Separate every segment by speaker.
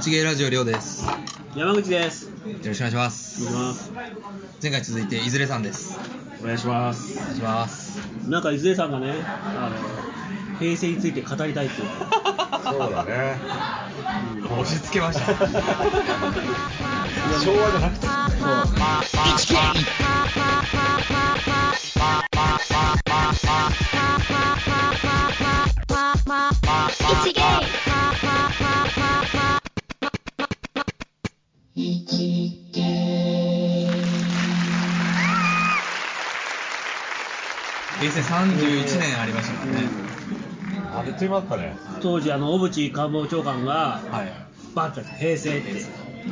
Speaker 1: ち芸ラジオりょうです。よ
Speaker 2: 山口です。
Speaker 1: ろしくお願いします。前回続いていずれさんです。
Speaker 2: お願いします
Speaker 1: お。願いします。
Speaker 2: なんかいずれさんがね、あの平成について語りたいっ ていう。
Speaker 3: そうだね。
Speaker 1: 押し付けました。
Speaker 3: 昭和じゃなくて。
Speaker 4: It's a game.
Speaker 1: 平成31年ありましたからね。
Speaker 3: あっという間だったね。
Speaker 2: 当時あの小渕官房長官が
Speaker 1: はい。
Speaker 2: バッと平成って。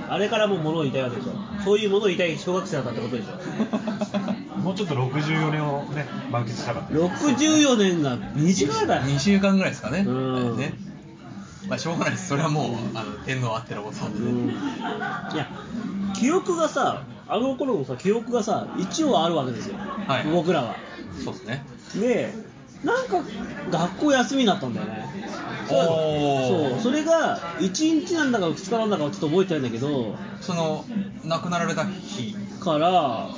Speaker 2: あれからもう物を言いたいわけでしょ。そういう物を言いたい小学生だったってことでしょ。
Speaker 3: もうちょっと64年をね、満喫したかった。
Speaker 2: 64年が短いだよ。
Speaker 1: 2週間ぐらいですかね。
Speaker 2: うん
Speaker 1: ね。まあしょうがないです。それはもうあの天皇あってのことなんで
Speaker 2: うん
Speaker 1: ね。
Speaker 2: いや、記憶がさ、あの頃のさ、記憶がさ、一応あるわけですよ。
Speaker 1: はい
Speaker 2: 僕らは。
Speaker 1: そうですね。
Speaker 2: でなんか学校休みになったんだよね
Speaker 1: おー
Speaker 2: そうそれが1日なんだか2日なんだかはちょっと覚えてないんだけど
Speaker 1: その亡くなられた日。
Speaker 2: から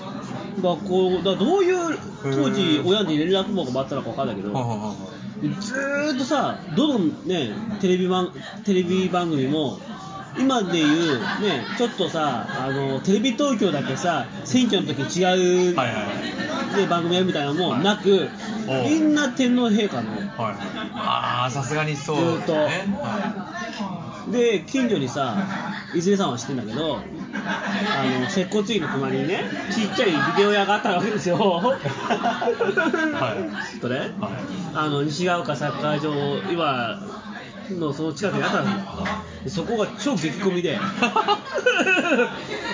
Speaker 2: 学校だからどういう当時親に連絡網があったのか分かんないけ
Speaker 1: ほうほ
Speaker 2: ど
Speaker 1: うほうほ
Speaker 2: ずーっとさどのねテレビ番テレビ番組も今でいうねちょっとさあのテレビ東京だけさ選挙の時違
Speaker 1: う
Speaker 2: う、
Speaker 1: はいはいはい。
Speaker 2: ね、番組やるみたいなのもなく、
Speaker 1: おう
Speaker 2: みんな天皇陛下の
Speaker 1: はいはい、ああさすがにそうですね、
Speaker 2: ずーっと
Speaker 1: は
Speaker 2: で近所にさいずれさんは知ってんだけどあの接骨院の隣にねちっちゃいビデオ屋があったわけですよ
Speaker 1: はい
Speaker 2: ちょっとね、
Speaker 1: は
Speaker 2: あの西が丘サッカー場今のその近くにあったわけでそこが超激混み で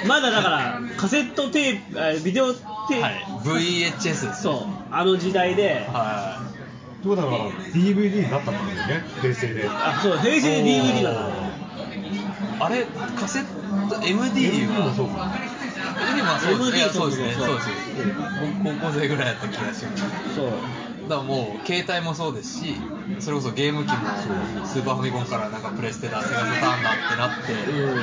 Speaker 2: まだだからカセットテープあビデオテー
Speaker 1: い
Speaker 2: プ、
Speaker 1: はい、VHS です
Speaker 2: そうあの時代で、
Speaker 1: は
Speaker 3: ってことは、DVD になったんだよね、平成で。
Speaker 2: あそう平成 DVD だった
Speaker 1: いあれカセット MD は
Speaker 3: もそうか。
Speaker 1: MD はそうです
Speaker 2: MD
Speaker 1: いやそうですね
Speaker 2: そ
Speaker 1: そ
Speaker 2: うそうう
Speaker 1: です僕高校生ぐらいだった気がしますだか
Speaker 2: そう
Speaker 1: らもう携帯もそうですしそれこそゲーム機もスーパーファミコンからなんかプレステだセガサターンだってなって、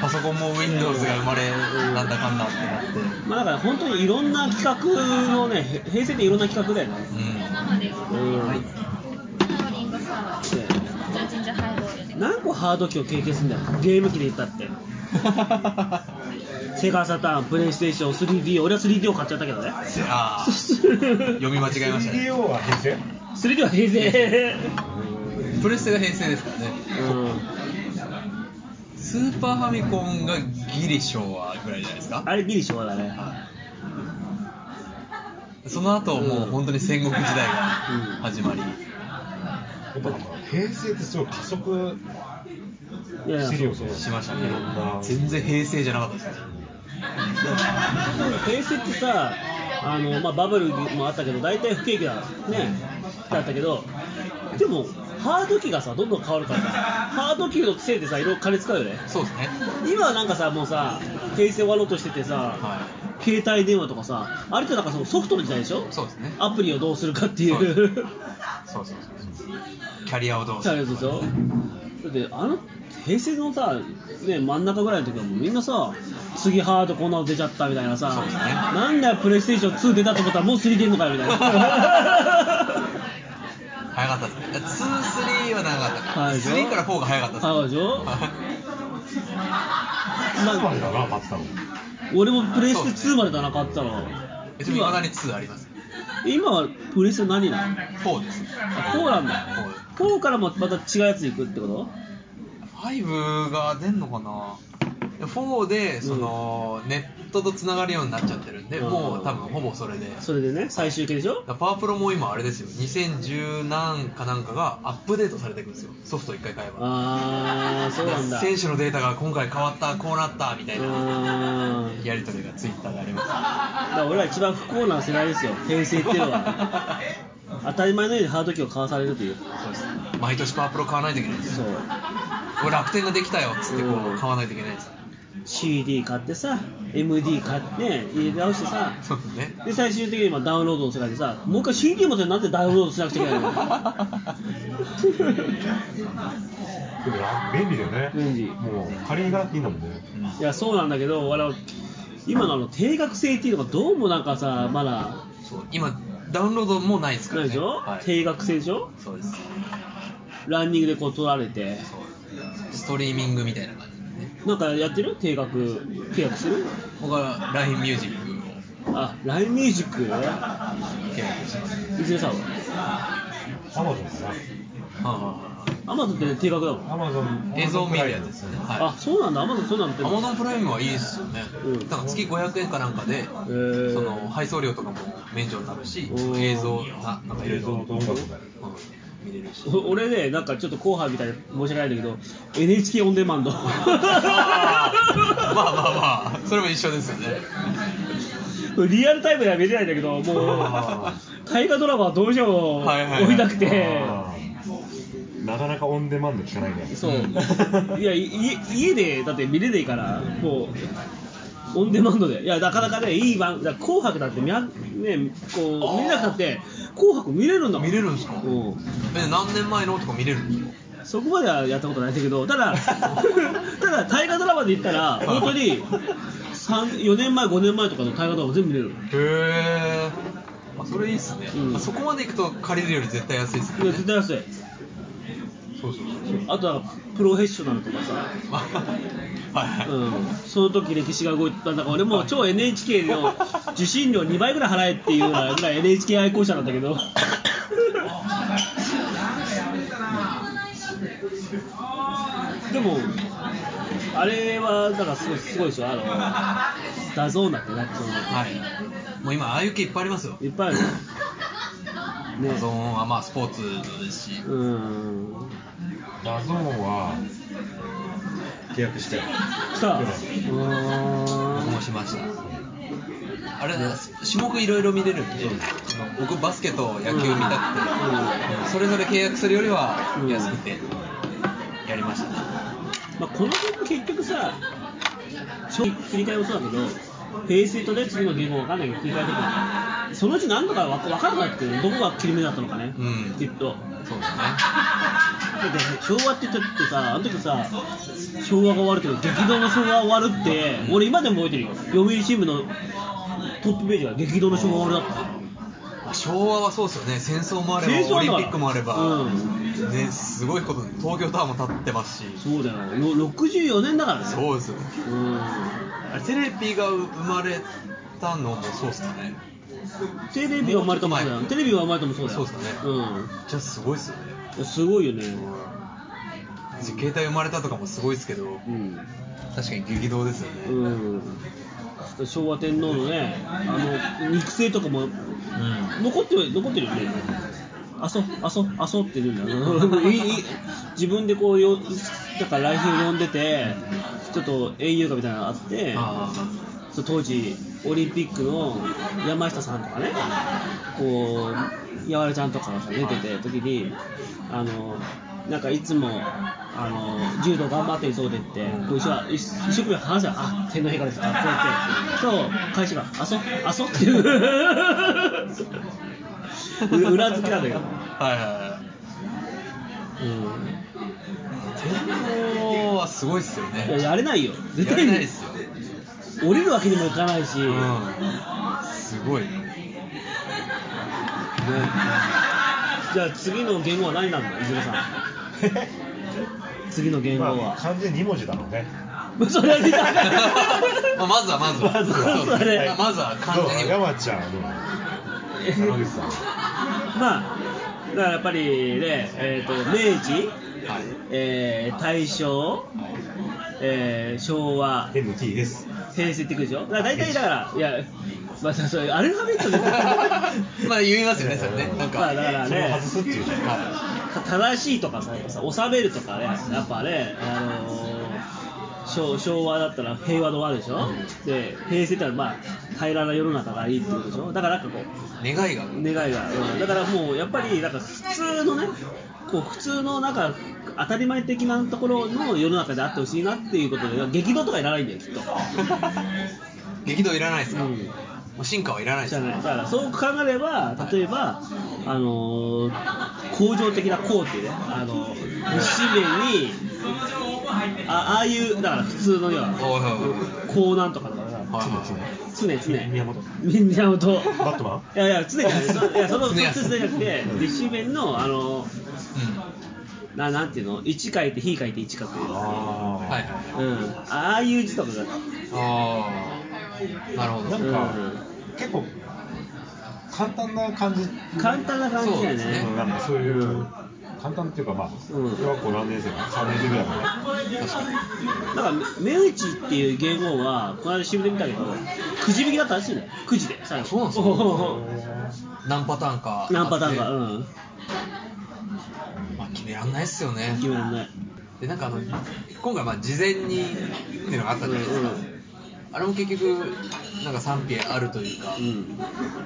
Speaker 1: パソコンも Windows が生まれ、なんだかんだってなって、うん、
Speaker 2: まあだから本当にいろんな企画のね、へ平成っていろんな企画だよね。うん。何個ハード機を経験するんだよ、ゲーム機で言っ たって。セガサターン、プレイステーション、3D、俺は 3D を買っちゃったけどね。
Speaker 1: あー読み間違えましたね
Speaker 3: DO は平成
Speaker 2: 3D は平 成。
Speaker 1: プレステが平成ですからね
Speaker 2: うん。
Speaker 1: スーパーファミコンがギリ昭和ぐらいじゃないですか
Speaker 2: あれギリ昭和だね。
Speaker 1: その後もう本当に戦国時代が始まり、
Speaker 3: やっぱなんか平成ってすごい加速
Speaker 2: いやいや
Speaker 3: してるよ、そう
Speaker 1: しましたね
Speaker 3: いろんな。
Speaker 1: 全然平成じゃなかったですね
Speaker 2: 平成ってさあの、まあ、バブルもあったけど大体不景気だ,、ね、だったけどでもハード機がさどんどん変わるからさハード機のせいでさいろいろ金使うよね
Speaker 1: そうですね
Speaker 2: 今はなんかさもうさ平成終わろうとしててさ、
Speaker 1: は
Speaker 2: 携帯電話とかさあれってなんかそのソフトの時代でしょ
Speaker 1: そうですね
Speaker 2: アプリをどうするかってい
Speaker 1: そう
Speaker 2: う
Speaker 1: そうそうそうキャリアをどうす
Speaker 2: チャ
Speaker 1: る
Speaker 2: レンジでしょだってあの平成のさ、ね、真ん中ぐらいの時はもうみんなさ次ハードこんなの出ちゃったみたいなさ、
Speaker 1: そうですね
Speaker 2: なんだよプレイステーション2出たと思ったらもう3出んのかよみたい な
Speaker 1: 早かったですね23は長かったから
Speaker 2: はいでしょ
Speaker 1: 3から4が早かった
Speaker 2: そうでしょ、ま
Speaker 1: です
Speaker 3: つまり
Speaker 2: あ、
Speaker 3: だな、待ってたの。
Speaker 2: 俺もプレイステ2までだな買ったの
Speaker 1: えでもいまだに2あります
Speaker 2: 今はプレイステ何なの
Speaker 1: 4です
Speaker 2: あ4なんだ4からもまた違うやつ行くってこと
Speaker 1: 5が出んのかな4でその、ネットとつながるようになっちゃってるんで、
Speaker 2: うん
Speaker 1: もう多分ほぼそれで
Speaker 2: それでね最終形でしょ
Speaker 1: だからパワープロも今あれですよ2010何かなんかがアップデートされていくんですよソフト1回買えば
Speaker 2: ああそうなんだ
Speaker 1: 選手のデータが今回変わったこうなったみたいな
Speaker 2: あー
Speaker 1: やり取りがツイッターでありま
Speaker 2: だから俺ら一番不幸な世代ですよ平
Speaker 1: す
Speaker 2: 成っていうのは当たり前のようにハード機を買わされるとい う
Speaker 1: そうです毎年パワープロ買わないといけないんです
Speaker 2: そ
Speaker 1: よ
Speaker 2: う
Speaker 1: 楽天ができたよっつってこ
Speaker 2: う
Speaker 1: うん買わないといけないんですよ
Speaker 2: CD 買ってさ MD 買って入れ直してさ
Speaker 1: そうね
Speaker 2: で最終的に今ダウンロードの世界でさもう一回 CD までなんでダウンロードしなくちゃいけないの
Speaker 3: でも楽便利だよね
Speaker 2: 便利
Speaker 3: もう借りに行かなくていいんだもんね
Speaker 2: いやそうなんだけどあの今のあの定額制っていうのがどうもなんかさまだ
Speaker 1: そう今ダウンロードもうないですか
Speaker 2: な
Speaker 1: ら
Speaker 2: い
Speaker 1: ね
Speaker 2: でしょ、
Speaker 1: はい
Speaker 2: 定額制でしょ
Speaker 1: そうです
Speaker 2: ランニングでこう取られて
Speaker 1: ストリーミングみたいな感じでね
Speaker 2: なんかやってる定額契約する
Speaker 1: 僕は LINE ミュージックを
Speaker 2: あ LINE ミュージック
Speaker 1: 契約してます
Speaker 2: いずれさん
Speaker 3: アマゾンか
Speaker 1: は
Speaker 2: アマゾンって定額だもん、
Speaker 3: なアマゾン
Speaker 1: い映像を見るやつですね
Speaker 2: あ
Speaker 1: は
Speaker 2: そうなんだアマゾンそうなんだ
Speaker 1: いアマゾンプライムはいいですよね、
Speaker 2: うん
Speaker 1: なんか月500円かなんかで、
Speaker 2: えー、
Speaker 1: その配送料とかも免除になるし、
Speaker 2: うん
Speaker 1: 映像ななんかいろ
Speaker 3: 映
Speaker 1: い
Speaker 3: 像
Speaker 1: ろ
Speaker 3: と音楽だよ
Speaker 1: 見れるし
Speaker 2: お俺ね、なんかちょっと後半みたいで申し訳ないんだけど、NHK オンデマンド。
Speaker 1: まあまあまあそれも一緒ですよね
Speaker 2: リアルタイムでは見れないんだけど、も
Speaker 1: あ
Speaker 2: う、大河ドラマはどうしても
Speaker 1: はいはいはい
Speaker 2: 追いたくて、
Speaker 3: あーなかなかオンデマンド聞かないね
Speaker 2: そう、いやいい家でだって見れないから、もう、オンデマンドで、いや、なかなかね、いい番、だから紅白だって見,、ね、こ
Speaker 1: あ
Speaker 2: う
Speaker 1: ー
Speaker 2: 見れなくたって、紅白見れるんだもん。
Speaker 1: 見れるんですか
Speaker 2: うん
Speaker 1: え何年前のとか見れるんですか
Speaker 2: そこまではやったことないんだけど、ただ、ただ大河ドラマで言ったら、本当に三4年前、5年前とかの大河ドラマ全部見れる。
Speaker 1: へえそれいいっすね、
Speaker 2: うん
Speaker 1: あそこまでいくと借りるより絶対安いっす
Speaker 2: い
Speaker 1: ね
Speaker 2: や、絶対安い。
Speaker 1: そうそうそう
Speaker 2: あとはプロフェッショナルとかさ、
Speaker 1: まあ はいはい、
Speaker 2: うん、その時歴史が動いたんだから、俺もう超 NHK の受信料2倍ぐらい払えっていうぐらい NHK 愛好者なんだけど。でも、あれは、だからすごい、すごいでしょ、あの、ダゾーンだって、なんかその、
Speaker 1: はい、もう今ああいう系いっぱいありますよ
Speaker 2: いっぱいあるね
Speaker 1: ダゾーンはまあスポーツですし
Speaker 2: うーん
Speaker 3: ダゾーンは契約して
Speaker 2: 来たうー
Speaker 1: 僕
Speaker 2: ん
Speaker 1: もしましたあれ種目いろいろ見れるんで、あの僕バスケと野球見たくて、それぞれ契約するよりは安くてやりましたね、
Speaker 2: まあ、このゲーム結局さちょ切り替えもそうだけどフェイスとね次のゲームも分かんないけど切り替えとかそのうち何度か分からなくなってくるどこが切り目だったのかね、
Speaker 1: うん
Speaker 2: きっと
Speaker 1: そうですね
Speaker 2: だって昭和って言ったってさあの時さ昭和が終わるけど激動の昭和が終わるって俺今でも覚えてるよ読売新聞のトップページが激動の昭和が終わるだった
Speaker 1: まあ昭和はそうですよね戦争もあれ
Speaker 2: 戦争
Speaker 1: ば
Speaker 2: あ
Speaker 1: オ
Speaker 2: る
Speaker 1: リ
Speaker 2: から
Speaker 1: ンピックもあれば、
Speaker 2: うん
Speaker 1: ね、すごいことで東京タワーも立ってますし
Speaker 2: そうだよよ64年だからね
Speaker 1: そうですよ
Speaker 2: うん
Speaker 1: あれテレビが生まれたのもそうですかね
Speaker 2: テレビは生まれたもそうだよ
Speaker 1: もっと前
Speaker 2: テレビは生まれたもそうだ
Speaker 1: そ
Speaker 2: よ
Speaker 1: うですかねじゃあすごいですよね
Speaker 2: うんすごいよね
Speaker 1: 携帯生まれたとかもすごいですけど
Speaker 2: うん、
Speaker 1: 確かに激動ですよね、
Speaker 2: うん、昭和天皇のねあの肉声とかも
Speaker 1: うん
Speaker 2: 残ってる残ってるよねあそうあそうあそうって言うんだ よいい自分でこうよだから来賓を呼んでてちょっと園遊会みたいなのがあって
Speaker 1: あ
Speaker 2: そう当時オリンピックの山下さんとかねこうやわれちゃんとかがさ出てて時にあのなんかいつもあの柔道頑張ってるそうでってこう一緒は一一生懸命話せよあ天皇陛下ですあそうやってそう返しがあそうあそうっていう う裏付けなんだけ
Speaker 1: は
Speaker 2: ど、
Speaker 1: いはいはい
Speaker 2: う
Speaker 1: 天皇はすごいっすよ
Speaker 2: ん、いや
Speaker 1: ね
Speaker 2: やれないよ絶
Speaker 1: や
Speaker 2: 対
Speaker 1: れ
Speaker 2: に
Speaker 1: ないっすよ、
Speaker 2: 降りるわけにもいかないし、
Speaker 1: うん、すごい
Speaker 2: じゃあ次の言語は何なんだ、泉さん。次の言語
Speaker 3: まあ
Speaker 2: は。
Speaker 3: 完全に2文字だろう ね
Speaker 2: それは見た。
Speaker 1: まあまずはまずは
Speaker 2: まずは
Speaker 1: そうです
Speaker 2: それ
Speaker 1: ねまあまずは完全に
Speaker 3: どう山ちゃんどう山口さん
Speaker 2: まあ、だからやっぱりね、えっ、と、明治、えー大正、えー昭和、
Speaker 3: NT です
Speaker 2: 平成ってくるでしょ。だから大体だから、いや、まあ、そういうアルファベッ トで。
Speaker 1: まあ言いますよねそれねなん
Speaker 2: まあ、だ
Speaker 1: か
Speaker 2: から
Speaker 3: それを
Speaker 2: ね
Speaker 3: 外。すっていうじゃん
Speaker 2: 正しいとかさ、やっぱさ収めるとかね、やっぱね、あのー昭昭和だったら平和の和でしょ、で平成ってのはまあ平らな世の中がいいってことでしょ、だからなんかこう、
Speaker 1: 願いが
Speaker 2: 願いが、うんだからもうやっぱり、なんか普通のね、こう普通のなんか当たり前的なところの世の中であってほしいなっていうことで激動とかいらないんだよきっと、
Speaker 1: 激動いらないですか、
Speaker 2: うん
Speaker 1: もう進化はいらないです
Speaker 2: じゃ
Speaker 1: か
Speaker 2: ないだからそう考えれば例えば、あのー、工場的な工っていうね、あのー、資源にあああいうだから普通の要
Speaker 1: はいはいはい
Speaker 2: はこうなんとかだからさ
Speaker 1: はい
Speaker 3: そうです
Speaker 2: 常
Speaker 3: ね
Speaker 2: 々
Speaker 3: 宮本
Speaker 2: 宮本
Speaker 3: バットマン
Speaker 2: いやいや常に いやその
Speaker 1: 常
Speaker 2: 普
Speaker 1: にや
Speaker 2: 通常じゃなくて立秋弁のあの
Speaker 1: う
Speaker 2: ななんていうの一書いて非書いて一書く
Speaker 1: んはいはい
Speaker 2: うんああいう字とかが
Speaker 1: ああなるほど
Speaker 3: なんか
Speaker 2: う
Speaker 3: 結構簡単な感じ、
Speaker 2: ん簡単な感じだよ
Speaker 1: そうです
Speaker 3: う
Speaker 2: ね
Speaker 3: ん、なんかそういう簡単っていうかまあ
Speaker 2: うん
Speaker 3: 小学校何年生か3年生ぐらいまで
Speaker 2: だから目打ちっていう言語はこの間新聞で見たけどくじ引きだったらしいねくじで最後
Speaker 1: そうなんですか何パターンか
Speaker 2: 何パターンか
Speaker 1: あっ
Speaker 2: うん
Speaker 1: てまあ決めらんないっすよね
Speaker 2: 決めらんない
Speaker 1: でなんかあの今回まあ事前にっていうのがあったじゃないですか、
Speaker 2: うん
Speaker 1: あれも結局なんか賛否あるというか、
Speaker 2: うん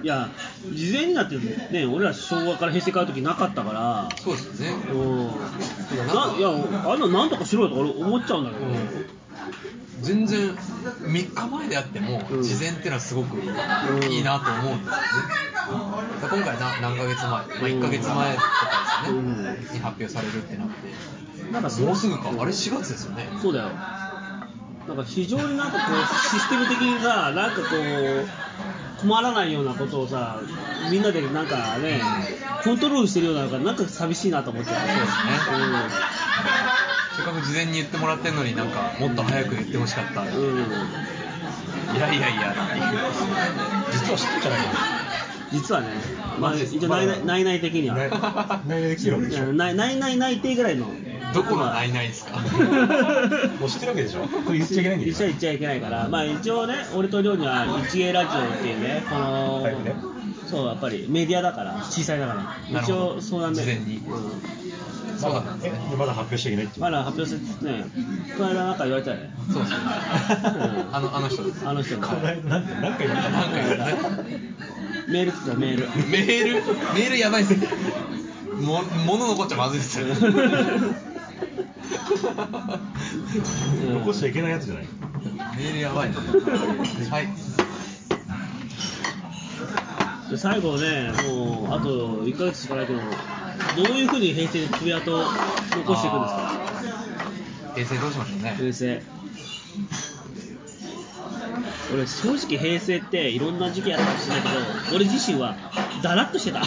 Speaker 2: いや事前になってね俺ら昭和から平成変わる時なかったから
Speaker 1: そうですよね
Speaker 2: うんないやあんななんとかしろよとか俺思っちゃうんだけど、
Speaker 1: 全然3日前であっても
Speaker 2: うん
Speaker 1: 事前ってのはすごくいいなと思うんですよね、だから今回な何ヶ月前、まあ、1ヶ月前とかですよね、
Speaker 2: うん
Speaker 1: に発表されるってなって
Speaker 2: なんか
Speaker 1: もうすぐかあれ4月ですよね
Speaker 2: そうだよなんか非常になんかこうシステム的にさなんかこう困らないようなことをさみんなでなんかねコントロールしてるようなのがなんか寂しいなと思ってそうです
Speaker 1: せっかく事前に言ってもらってるのになんかもっと早く言ってほしかった、
Speaker 2: う
Speaker 1: い
Speaker 2: ん、うん、
Speaker 1: やいやいやっていう
Speaker 3: 実は知ってんじゃない
Speaker 2: 実はねまあ
Speaker 1: マジです
Speaker 2: 一応内々内々的には
Speaker 3: かな内々できるわけでし ょ
Speaker 2: 内内内内定ぐらいの
Speaker 1: どこのないないですか
Speaker 3: もう知ってるわけでしょこれ言っちゃいけないんだ
Speaker 2: 一緒
Speaker 3: よ
Speaker 2: は言っちゃいけないから、まあ一応ね、俺と亮には一芸ラジオっていうね、この、
Speaker 3: はいね
Speaker 2: そう、やっぱりメディアだから、小さいだから、
Speaker 1: なるほ
Speaker 2: 一
Speaker 1: ど
Speaker 2: 応そうなんで、
Speaker 1: 事前に
Speaker 2: うん
Speaker 1: そうだったんです
Speaker 3: え
Speaker 1: ね
Speaker 3: まだ発表しちゃいけないっていう
Speaker 2: まだ発表せずね、この間なんか言われたよね、
Speaker 1: そう ですね あのあの人です
Speaker 2: あの人に。
Speaker 3: この間なんて何回言った
Speaker 1: なんか言われた
Speaker 2: メール来てた、メール。
Speaker 1: メール、メールやばいっすね。も、物残っちゃまずいっすよね。
Speaker 2: うん
Speaker 3: 残しちゃいけないやつじゃない
Speaker 1: メールやばいな。はい。
Speaker 2: で最後ね、もうあと1ヶ月しかないけど、どういうふうに平成に爪痕を残していくんですか、
Speaker 1: 平成どうしましょうね。
Speaker 2: 平成俺正直平成っていろんな時期あったかもしれないけど俺自身はだらっと してた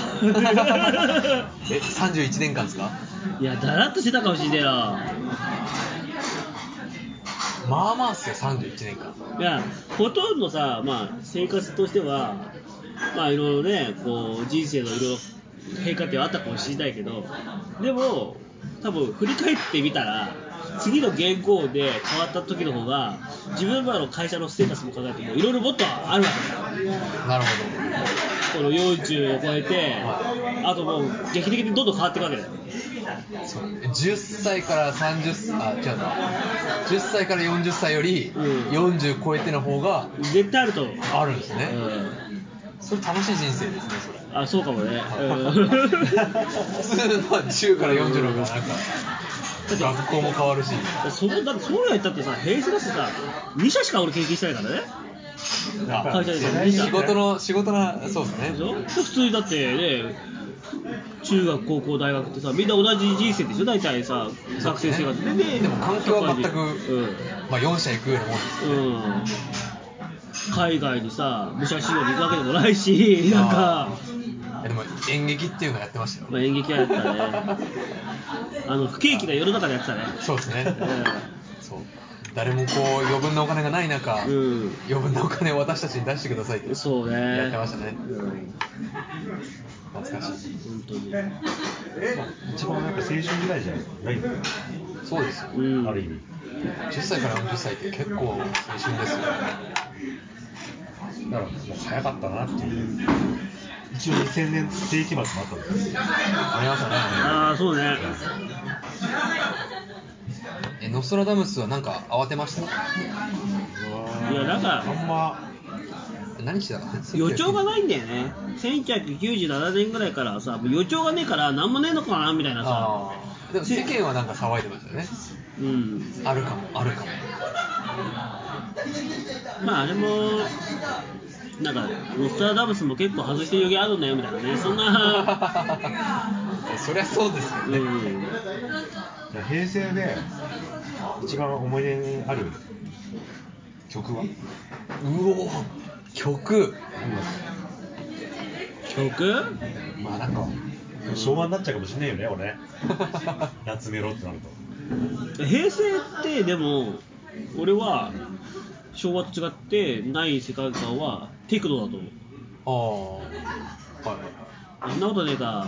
Speaker 1: え、三十一年間ですか。
Speaker 2: いやだらっとしてたかもしれないな
Speaker 1: まあまあっすよ、三十一年間。
Speaker 2: いやほとんどさ、まあ、生活としてはまあいろいろねこう人生のいろいろ変化点はあったかもしれないけどでも多分振り返ってみたら次の元号で変わった時の方が自分らの会社のステータスも考えてもいろいろもっとあるわけだ
Speaker 1: なるほ
Speaker 2: この40を超えて、あともう劇的にどんどん変わっていくわけだよ。
Speaker 1: ど。そう、十歳から三十、あ、違うな。十歳から四十歳より
Speaker 2: う、ん
Speaker 1: 四十超えての方が。
Speaker 2: 絶対あると思う。
Speaker 1: あるんですね。
Speaker 2: うん
Speaker 1: それ楽しい人生ですね、それ。
Speaker 2: あ、そうかもね。う ん
Speaker 1: 普通は10から40の方がなんか学校も変わるし
Speaker 2: そこだってそうやったってさ、平成だってさ、2社しか俺経験してないからね。
Speaker 1: あ
Speaker 2: 会社で
Speaker 3: 世代
Speaker 2: 2
Speaker 3: に
Speaker 2: 社。
Speaker 1: 仕事の仕事なそうですね
Speaker 2: でしょ普通にだってね、中学、高校、大学ってさ、みんな同じ人生でしょ、大体さ、学生生活で、ね。
Speaker 1: でも環境は全く
Speaker 2: うん
Speaker 1: まあ4社行くようなもんです
Speaker 2: うん海外にさ、武者修行に行くわけでもないし、なんか、
Speaker 1: でも演劇っていうのやってましたよ
Speaker 2: まあ、演劇はやったね、あの不景気な世の中でやってたね、
Speaker 1: そうですね
Speaker 2: う
Speaker 1: そう誰もこう余分なお金がない中
Speaker 2: ん、
Speaker 1: 余分なお金を私たちに出してくださいって
Speaker 2: うん、そう
Speaker 1: やっ
Speaker 2: ね、
Speaker 1: てましたね懐かしい
Speaker 2: 本当に、
Speaker 3: 一番なんか青春時代じゃないの
Speaker 1: そうですよ
Speaker 2: うん、
Speaker 3: ある意味
Speaker 1: 10歳から40歳って結構青春ですよ
Speaker 3: だからもう早かったなっていう一応2000年世紀末もあったんですよ
Speaker 1: ありましたね
Speaker 2: ああ、そうね、
Speaker 1: えノストラダムスはなんか慌てました
Speaker 2: いやなんか
Speaker 3: あんま
Speaker 1: 何してたの
Speaker 2: 予兆がないんだよね1997年ぐらいからさもう予兆がねえから何もねえのかなみたいなさ
Speaker 1: あーでも世間はなんか騒いでましたよね
Speaker 2: うん
Speaker 1: あるかもあるかも
Speaker 2: まああれもなんかノストラダムスも結構外してる予言あるんだよみたいなねそ んな
Speaker 1: えそりゃそうですよ
Speaker 2: う
Speaker 1: ね、
Speaker 2: ん
Speaker 3: 平成で一番思い出にある曲は
Speaker 1: うおー曲
Speaker 2: 曲
Speaker 3: まあなんか昭和になっちゃうかもしれないよね俺夏メロってなると
Speaker 2: 平成ってでも俺は昭和と違ってない世界観はテクノだと思う
Speaker 1: ああはいはいはい
Speaker 2: あんなことねえか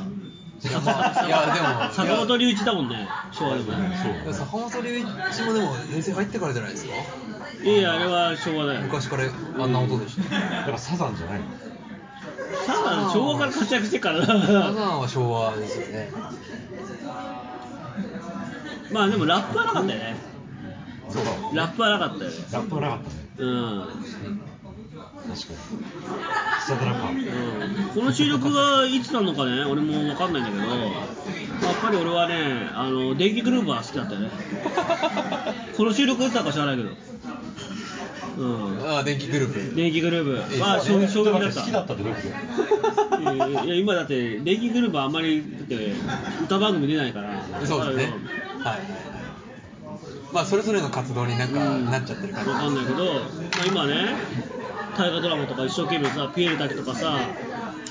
Speaker 1: いやまあいやでも
Speaker 2: 坂本龍一だもんね昭和でもね
Speaker 3: そう
Speaker 1: いや坂本龍一もでも平成入ってからじゃないですか
Speaker 2: いやいやあれは昭和だよ
Speaker 1: 昔からあんな音でしたよ
Speaker 3: やっぱサザンじゃないの
Speaker 2: サザン昭和から活躍してっから
Speaker 1: サ
Speaker 2: な
Speaker 1: ザンは昭和ですよね
Speaker 2: まあでもラップはなかったよね
Speaker 3: そうだ
Speaker 2: ラップはなかったよね
Speaker 3: ラップはなかったね
Speaker 2: うん、うん、
Speaker 3: 確かにスタドラか
Speaker 2: この収録がいつなのかね俺も分かんないんだけどやっぱり俺はねあの電気グルーヴは好きだったよねこの収録いつだか知らないけどうん
Speaker 1: ああ電気グループ
Speaker 2: 電気グルーヴは
Speaker 3: え
Speaker 2: 衝衝撃だっ
Speaker 3: ち
Speaker 2: た
Speaker 3: ょと待て好きだったってどういうこと
Speaker 2: いやいや今だって電気グループはあんまりだって歌番組出ないから
Speaker 1: そうですねはいまあそれぞれの活動になんか
Speaker 2: うん
Speaker 1: なっちゃってる感
Speaker 2: わかん
Speaker 1: じ
Speaker 2: ないけど、まあ、今ね大河ドラマとか一生懸命さピエール滝とかさ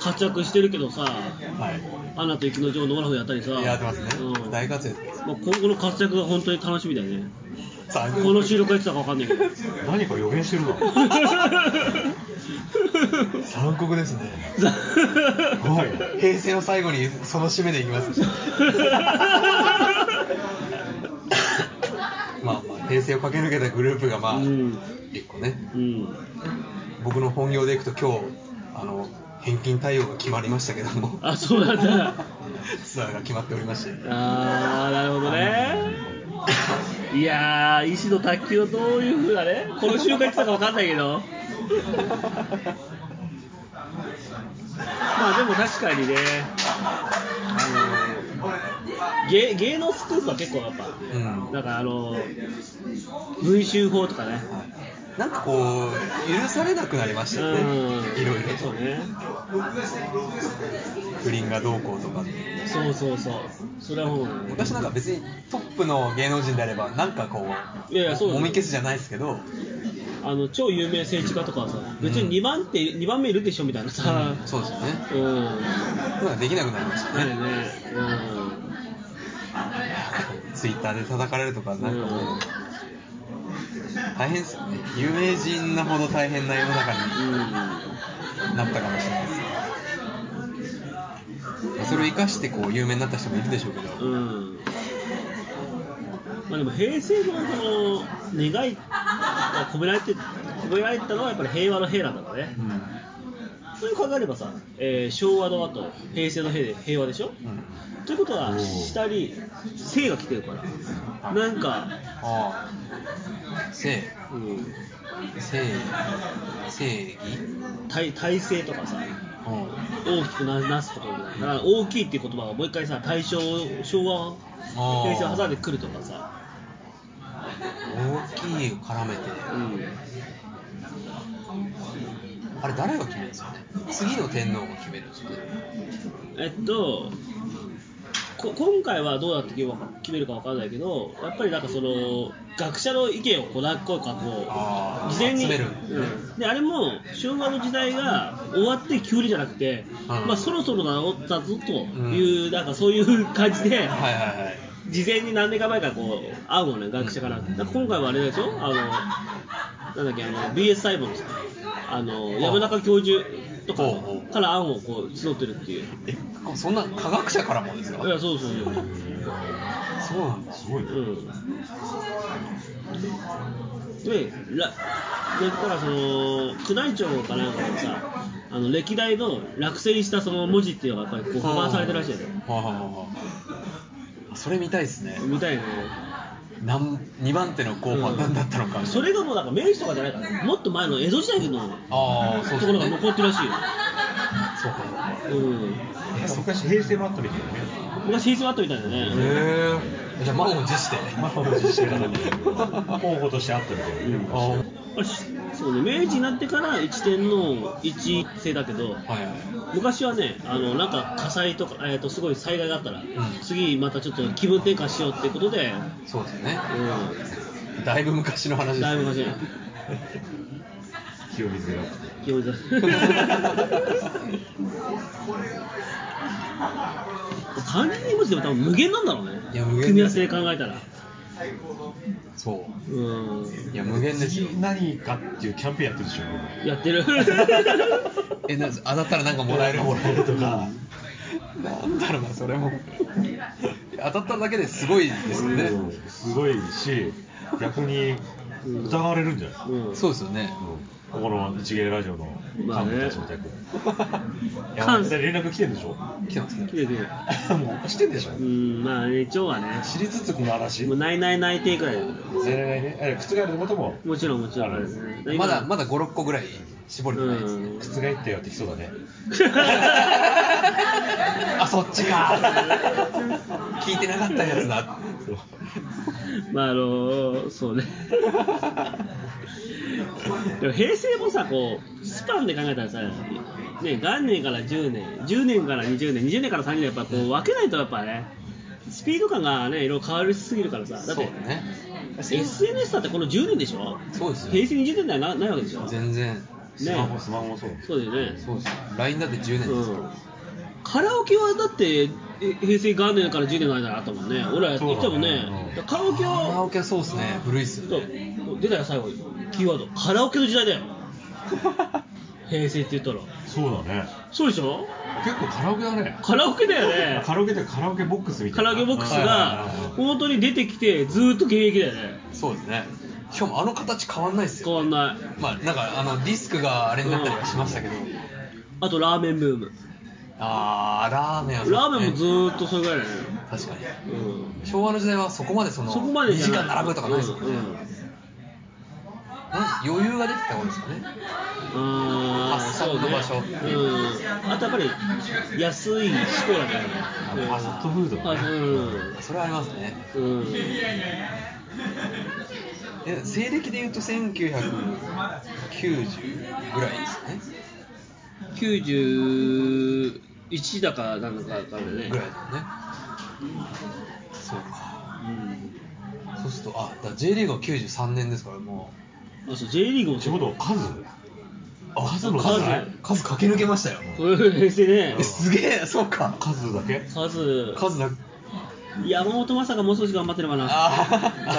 Speaker 2: 活躍してるけどさ
Speaker 1: は
Speaker 2: 「アナと雪の女王」のオラフやったりさ
Speaker 1: いやってますね
Speaker 2: うん
Speaker 1: 大活躍です
Speaker 2: まあ、今後の活躍が本当に楽しみだよね
Speaker 1: さあ
Speaker 2: この収録がいつだかわかんない けど
Speaker 3: 何か予言してるな
Speaker 1: 残酷ですね
Speaker 2: ざ
Speaker 3: 怖いね
Speaker 1: 平成の最後にその締めでいきますまあまあ平成を駆け抜けたグループがまあ
Speaker 2: うん
Speaker 1: 結構ね
Speaker 2: うん
Speaker 1: 僕の本業でいくと今日あの返金対応が決まりましたけど も
Speaker 2: あそうなんだ
Speaker 1: ツアーが決まっておりまして
Speaker 2: あーなるほどねいやー石の卓球をどういうふうなねこの週間来たか分かんないけどまあでも確かにねあの芸芸能スクープは結構やっぱ
Speaker 1: うん
Speaker 2: なんかあの文集法とかね
Speaker 1: なんかこう許されなくなりましたよねいろいろ
Speaker 2: そうね
Speaker 1: 不倫がどうこうとか
Speaker 2: そうそうそうそれはもう
Speaker 1: 昔なんか別にトップの芸能人であればなんかこう
Speaker 2: いやいやそうだよ
Speaker 1: もみ消すじゃないですけど
Speaker 2: あの超有名政治家とかはさ別
Speaker 1: うん
Speaker 2: に2番手、二番目いるでしょみたいなさ
Speaker 1: そうですよね
Speaker 2: うん、
Speaker 1: そういうのができなくなりました
Speaker 2: だよ
Speaker 1: ね
Speaker 2: ね
Speaker 1: ツイッターで叩かれるとか
Speaker 2: うん
Speaker 1: なんかもう大変ですよね有名人なほど大変な世の中
Speaker 2: う
Speaker 1: に
Speaker 2: ん、
Speaker 1: なったかもしれないですねまあそれを生かしてこう有名になった人もいるでしょうけど、
Speaker 2: うんうんまあでも平成のこの願いが込められて込められたのはやっぱり平和の平なんだからね
Speaker 1: うん
Speaker 2: そういう考えればさ、えー昭和の後平成の平で平和でしょ
Speaker 1: うん
Speaker 2: ということは下に生が来てるからなんか、
Speaker 1: ああ性
Speaker 2: うん、
Speaker 1: 性正義
Speaker 2: 体体制とかさ
Speaker 1: うん
Speaker 2: 大きくななすところだから大きいっていう言葉がもう一回さ大正昭和
Speaker 1: あー
Speaker 2: 平成を挟んでくるとかさ、
Speaker 1: 大きいを絡めて
Speaker 2: うん、
Speaker 1: あれ誰が決めるんですかね次の天皇が決めるんですかね
Speaker 2: えっとこ今回はどうやって決めるか決めるかわかんないけどやっぱりなんかその学者の意見をこう何個かこ
Speaker 1: あ
Speaker 2: う
Speaker 1: あ
Speaker 2: 事前に
Speaker 1: 集める
Speaker 2: うん、であれも昭和の時代が終わって急にじゃなくて、
Speaker 1: うん
Speaker 2: まあ、そろそろだろだぞという、なんかそういう感じで。
Speaker 1: はいはいはい
Speaker 2: 事前に何年か前からこう会うもんね学者からだから今回はあれでしょあのなんだっけあの BS 細胞のさあの山中教授とか
Speaker 1: ほうほう
Speaker 2: から案をこう募ってるっていう
Speaker 1: えそんな科学者からもですか
Speaker 2: いやそうそうそう
Speaker 1: そうなんだ
Speaker 3: すごいね
Speaker 2: うんでらでだからその宮内庁かなんかのさあの歴代の落選したその文字っていうのがやっぱりこう保管されてるらしいのよ
Speaker 1: はあはあはあはあそれ見たいですね
Speaker 2: 見たいね
Speaker 3: う
Speaker 1: なん2番手の候補は何だったのか、
Speaker 2: それがもうなんか明治とかじゃないからねもっと前の江戸時代の
Speaker 1: ああそう
Speaker 2: と
Speaker 1: そ
Speaker 2: こ
Speaker 1: う、
Speaker 2: ろ
Speaker 1: ね、
Speaker 2: が残ってるらしいよ、
Speaker 1: そうか
Speaker 2: うん、
Speaker 3: なんか昔平成もあったみたいだね
Speaker 2: 昔シーズンあったみたいだ
Speaker 1: へ
Speaker 2: ね、
Speaker 1: えじゃあ満を持して
Speaker 3: まあ実施だね候補としてあったみたいだね
Speaker 1: ああは
Speaker 2: あれしそうね明治になってから一天皇一世だけど
Speaker 1: いはいはい
Speaker 2: 昔はね、あのなんか火災とか、えー、とすごい災害があったら、
Speaker 1: ん
Speaker 2: 次またちょっと気分転換しようってことで、
Speaker 1: そうですね
Speaker 2: う
Speaker 1: だいぶ昔の話で
Speaker 2: ん、
Speaker 1: す
Speaker 2: だいぶ昔ね、
Speaker 3: 清水が
Speaker 2: 気 を出す漢字二文字でも多分無限なんだろうね
Speaker 1: いや無限
Speaker 2: 組み合わせで考えたら
Speaker 1: そ
Speaker 2: うん
Speaker 1: ういや無限ですよ
Speaker 3: 次何かっていうキャンペーンやってるでしょ
Speaker 2: やって る
Speaker 1: えな当たったらなんかもらえる
Speaker 3: もらえるとか
Speaker 1: なんだろうなそれも当たっただけですごいですよね、
Speaker 3: うんすごいし逆に疑われるんじゃない、
Speaker 2: うん
Speaker 1: そうですよね
Speaker 3: ここの一芸ラジオの幹部たちみたいに、いや
Speaker 2: 関
Speaker 3: で連絡来てるんでしょ
Speaker 1: 来てますね
Speaker 2: きれいきれい
Speaker 3: もうしてんでしょ
Speaker 2: うんまあ一応はね
Speaker 3: 知りつつこの話
Speaker 2: もうないないないてくらいだよ
Speaker 3: 全然ないねあれ覆ることも
Speaker 2: もちろんもちろんあれですね
Speaker 1: まだま
Speaker 2: だ
Speaker 1: だ56個ぐらい絞れて
Speaker 2: う
Speaker 1: ないですね、
Speaker 2: ん
Speaker 3: 覆ってよってきそうだね
Speaker 1: あそっちか聞いてなかったやつだ
Speaker 2: まああのそうねでも平成もさこうスパンで考えたらさ、ね、元年から10年10年から20年20年から30年やっぱこう分けないとやっぱねスピード感がねいろいろ変わりすぎるからさだ
Speaker 1: そ
Speaker 2: っ
Speaker 1: う
Speaker 2: て、
Speaker 1: ね
Speaker 2: SNS だってこの10年でしょ
Speaker 1: そうです
Speaker 2: 平
Speaker 1: よ
Speaker 2: 成20年ではなないわけでしょ
Speaker 1: 全然
Speaker 3: スマホ
Speaker 2: ね
Speaker 3: スマホもそう
Speaker 2: そうだよね
Speaker 1: そうですよ LINE だって10年です
Speaker 2: う
Speaker 1: よ、
Speaker 2: んカラオケはだってえ平成元年から10年の間にあったもんね俺らやって行ったもんね
Speaker 3: そうだねうん
Speaker 2: カラオケ
Speaker 1: カラ
Speaker 2: は
Speaker 1: オケはそうですね古いっす
Speaker 2: そ
Speaker 1: よ
Speaker 2: う
Speaker 1: ね
Speaker 2: 出たよ最後キーワードカラオケの時代だよ平成って言ったら
Speaker 3: そうだね
Speaker 2: そうでしょ
Speaker 3: 結構カラオケだね
Speaker 2: カラオケだよね
Speaker 3: カラオケってカラオケボックスみた
Speaker 2: カ
Speaker 3: い
Speaker 2: ラ
Speaker 3: な
Speaker 2: オケボックス
Speaker 1: はい
Speaker 2: が
Speaker 1: はいはい
Speaker 2: 本当に出てきてずーっと現役だよね
Speaker 1: そうですねしかもあの形変わんないです
Speaker 2: 変
Speaker 1: よ
Speaker 2: わんない
Speaker 1: まあなんかあのディスクがあれになったりはしましたけど、
Speaker 2: あとラーメンブーム
Speaker 1: あーラーメンはそうですね
Speaker 2: ラーメンもずーっとそれぐらいだよね
Speaker 1: 確かに
Speaker 2: うん
Speaker 1: 昭和の時代はそこまでその
Speaker 2: そこまで
Speaker 1: 2
Speaker 2: じゃ
Speaker 1: 時
Speaker 2: ない
Speaker 1: 間並ぶとかないですもんね、
Speaker 2: うんうん
Speaker 1: なん余裕ができた方ですかね
Speaker 2: あー
Speaker 1: 発散の場所
Speaker 2: そうねうん、あとやっぱり安いしこだね
Speaker 3: あのファストフードね
Speaker 2: ファストフ
Speaker 1: それはありますね
Speaker 2: ードうんうん
Speaker 1: え西暦で言うと1990ぐらいですね
Speaker 2: 91だかなんだかだからね
Speaker 1: ぐらいだよねそうか
Speaker 2: うん
Speaker 1: そうするとあだから J リーグは93年ですからも
Speaker 2: あそう J リーグも
Speaker 3: ち
Speaker 2: そう
Speaker 3: ょうど数
Speaker 1: うあ
Speaker 3: 数の数
Speaker 2: 数
Speaker 1: 数数駆け抜けましたよ
Speaker 2: こういう平成ね
Speaker 1: えすげえそうか
Speaker 3: 数だけ
Speaker 2: 数
Speaker 1: 数だ
Speaker 2: 山本まさかもう少し頑張ってればな
Speaker 1: ああ残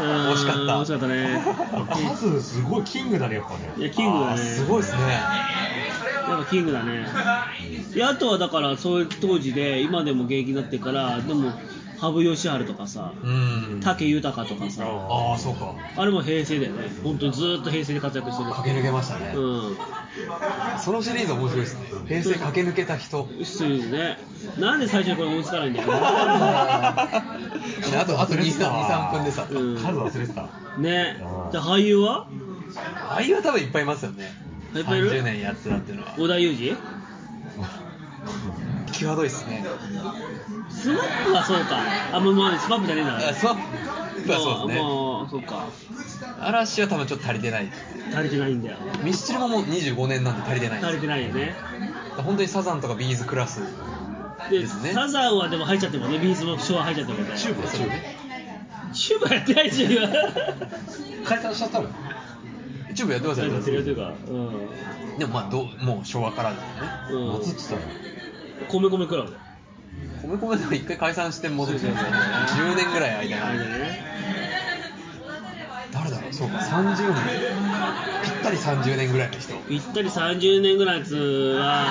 Speaker 2: うん
Speaker 1: 念惜しかった
Speaker 2: 惜しかったね
Speaker 3: 数すごいキングだねやっぱ
Speaker 2: い
Speaker 3: ね
Speaker 2: やキングだ
Speaker 1: あ
Speaker 2: ね
Speaker 1: ーすごいですね
Speaker 2: やっぱキングだね。で、あとはだから、そういう当時で、今でも現役になってから、でも、羽生善治とかさ、
Speaker 1: うん
Speaker 2: 武豊とかさ、
Speaker 3: あ
Speaker 1: ああそうか
Speaker 2: あれも平成だよね。本当にずーっと平成で活躍してる。
Speaker 1: 駆け抜けましたね、
Speaker 2: うん。
Speaker 1: そのシリーズ面白いですね平成駆け抜けた人
Speaker 2: そうですね。なんで最初にこれ追いつかないんだ よ。
Speaker 1: あとあと23分でさ、
Speaker 2: う
Speaker 3: 数忘れてた
Speaker 2: ね。じゃあ俳優は
Speaker 1: ああいう方はいっぱいいますよね
Speaker 2: いっぱいいる
Speaker 1: 30年やってたっていうのは
Speaker 2: 織田裕
Speaker 1: 際どいっすね
Speaker 2: 二スマップはそうか。あ、もう、まあ、スマップじゃねえんだ
Speaker 1: あスマップはそうですね
Speaker 2: もう、そうか。
Speaker 1: 嵐は多分ちょっと足りてない
Speaker 2: 足りてないんだよ。
Speaker 1: ミスチルももう25年なんで足りてない
Speaker 2: 足りてないよね。
Speaker 1: 本当にサザンとかビーズクラス
Speaker 2: で、
Speaker 1: ですね
Speaker 2: サザンはでも入っちゃってもんね、ビーズも昭和入っちゃってもんね。
Speaker 3: チューブだチューブ
Speaker 2: チューブやってないし、今。
Speaker 3: 解散しちゃったの
Speaker 1: YouTube やってますよやってます
Speaker 2: というか、うん。
Speaker 1: でもまあどうもう昭和からですよね
Speaker 2: うん
Speaker 3: 夏っ。つったの
Speaker 2: 米米クラブだよ。
Speaker 1: 米米でも一回解散して戻ってきてるんですよね10年ぐらい間が
Speaker 2: あ
Speaker 1: あ
Speaker 2: れ
Speaker 1: る
Speaker 2: だね。
Speaker 1: 誰だろうそうか30年ぴったり30年ぐらいの人
Speaker 2: ぴったり30年ぐらいのやつは、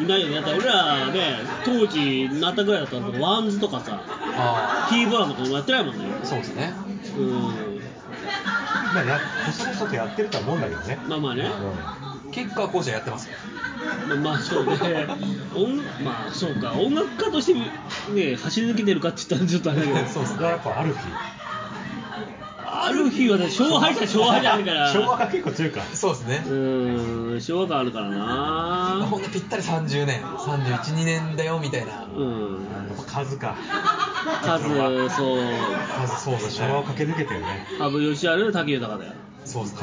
Speaker 2: いないよね。だって俺らね、当時なったぐらいだったら、ワンズとかさ、
Speaker 1: あ
Speaker 2: T ボランとかもやってないもんね。
Speaker 1: あそうですね
Speaker 2: うん。
Speaker 3: まあや細々とやってるとは思うんだけどね
Speaker 2: まあまあね。
Speaker 3: う
Speaker 1: キッカー校舎やってますよ
Speaker 2: まあ、まあそうね。音、まあそうか。音楽家として、ね、走り抜けてるかって言ったらちょっとあれだけど。
Speaker 3: んそうっすねやっぱある日
Speaker 2: ルフィはだって昭和じゃ昭和じゃあるから
Speaker 3: 昭和が結構強いか。
Speaker 1: そうですね
Speaker 2: う、ーん昭和感あるから
Speaker 1: ほ
Speaker 2: なん
Speaker 1: とぴったり30年312年だよみたいな
Speaker 2: うん
Speaker 3: やっぱ数か。
Speaker 2: 数そう
Speaker 1: 数そうです
Speaker 3: 昭和を
Speaker 1: ね
Speaker 3: 駆け抜けてるね。
Speaker 2: 羽生善治武豊だよ
Speaker 1: そうですね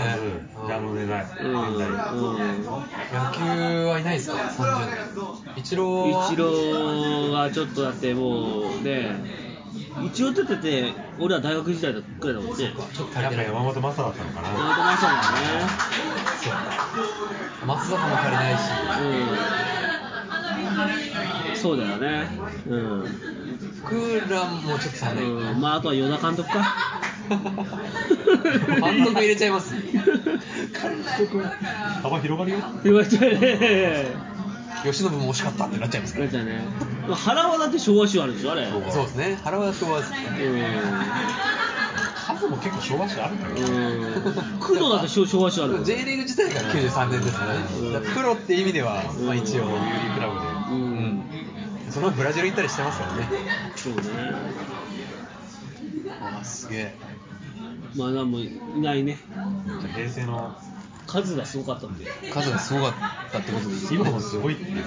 Speaker 3: 数、矢の狙い。
Speaker 2: うん
Speaker 3: 年代
Speaker 1: 野球はいないですか30年イチロ
Speaker 2: う
Speaker 1: ー
Speaker 2: ん
Speaker 1: は
Speaker 2: 一郎はちょっとだってもうね一応ってだって俺は大学時代だくらいだもんね
Speaker 1: ちょっと足
Speaker 3: や
Speaker 1: り
Speaker 3: ってぱ
Speaker 1: ない
Speaker 3: 山本昌だったのか
Speaker 2: 大
Speaker 3: な。
Speaker 2: 学マスター
Speaker 1: そう松坂も足りないし
Speaker 2: だもんねうんそうだよねうん、
Speaker 1: 福浦もちょっと足りない
Speaker 2: うん、まああとは与田監督か
Speaker 1: 監督入れちゃいます
Speaker 3: 幅広がるよ。
Speaker 2: 言われちゃうね
Speaker 1: 吉信も惜しかったってなっちゃいますか
Speaker 2: 言わ
Speaker 1: ら
Speaker 2: れちゃうねまあ原はだって昭和史あるでしょあれ
Speaker 3: そう
Speaker 1: そうですね原は昭和ですね
Speaker 3: 数も結構昭和史あるから。
Speaker 2: うん工藤だって昭和史あるもん
Speaker 1: J リーグ自体が93年ですからね
Speaker 2: うん
Speaker 1: だからプロって意味では、まあ、一応
Speaker 3: 有利クラブで。
Speaker 2: うん
Speaker 1: そのブラジル行ったりしてますからね
Speaker 2: そうね
Speaker 1: あーすげえ
Speaker 2: まあなんもいないね
Speaker 3: じゃあ平成の
Speaker 2: 数がすごかったんで
Speaker 1: 数がすごかったってことですよ
Speaker 3: 今
Speaker 1: ね
Speaker 3: もすごいっていう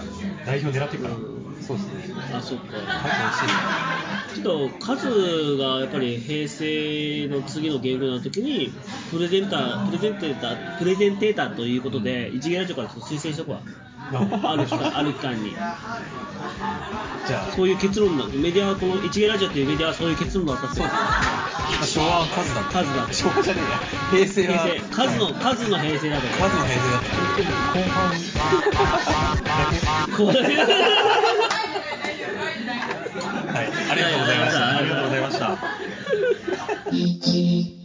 Speaker 3: 代表狙ってるから。
Speaker 1: そうですね
Speaker 2: あそっか
Speaker 1: 数欲しい
Speaker 2: ちょっと数がやっぱり平成の次の言語の時にプレゼンタープレゼンテータープレゼンテーターということで一芸ラジオからちょっと推薦しとくわある期間ある期間に
Speaker 1: じゃあ
Speaker 2: そういう結論だメディアはこの一芸ラジオっていうメディアはそういう結論だったって
Speaker 1: そう昭和は数だった
Speaker 2: 数だった
Speaker 1: 昭和じゃねえや平成
Speaker 2: 平
Speaker 1: は
Speaker 2: 成数の数の平成だと
Speaker 1: 数の平成だった
Speaker 3: 後半だけ。
Speaker 2: これ
Speaker 1: はいありがとうございました
Speaker 2: ありがとうございました
Speaker 3: ありがとうございました。
Speaker 4: 一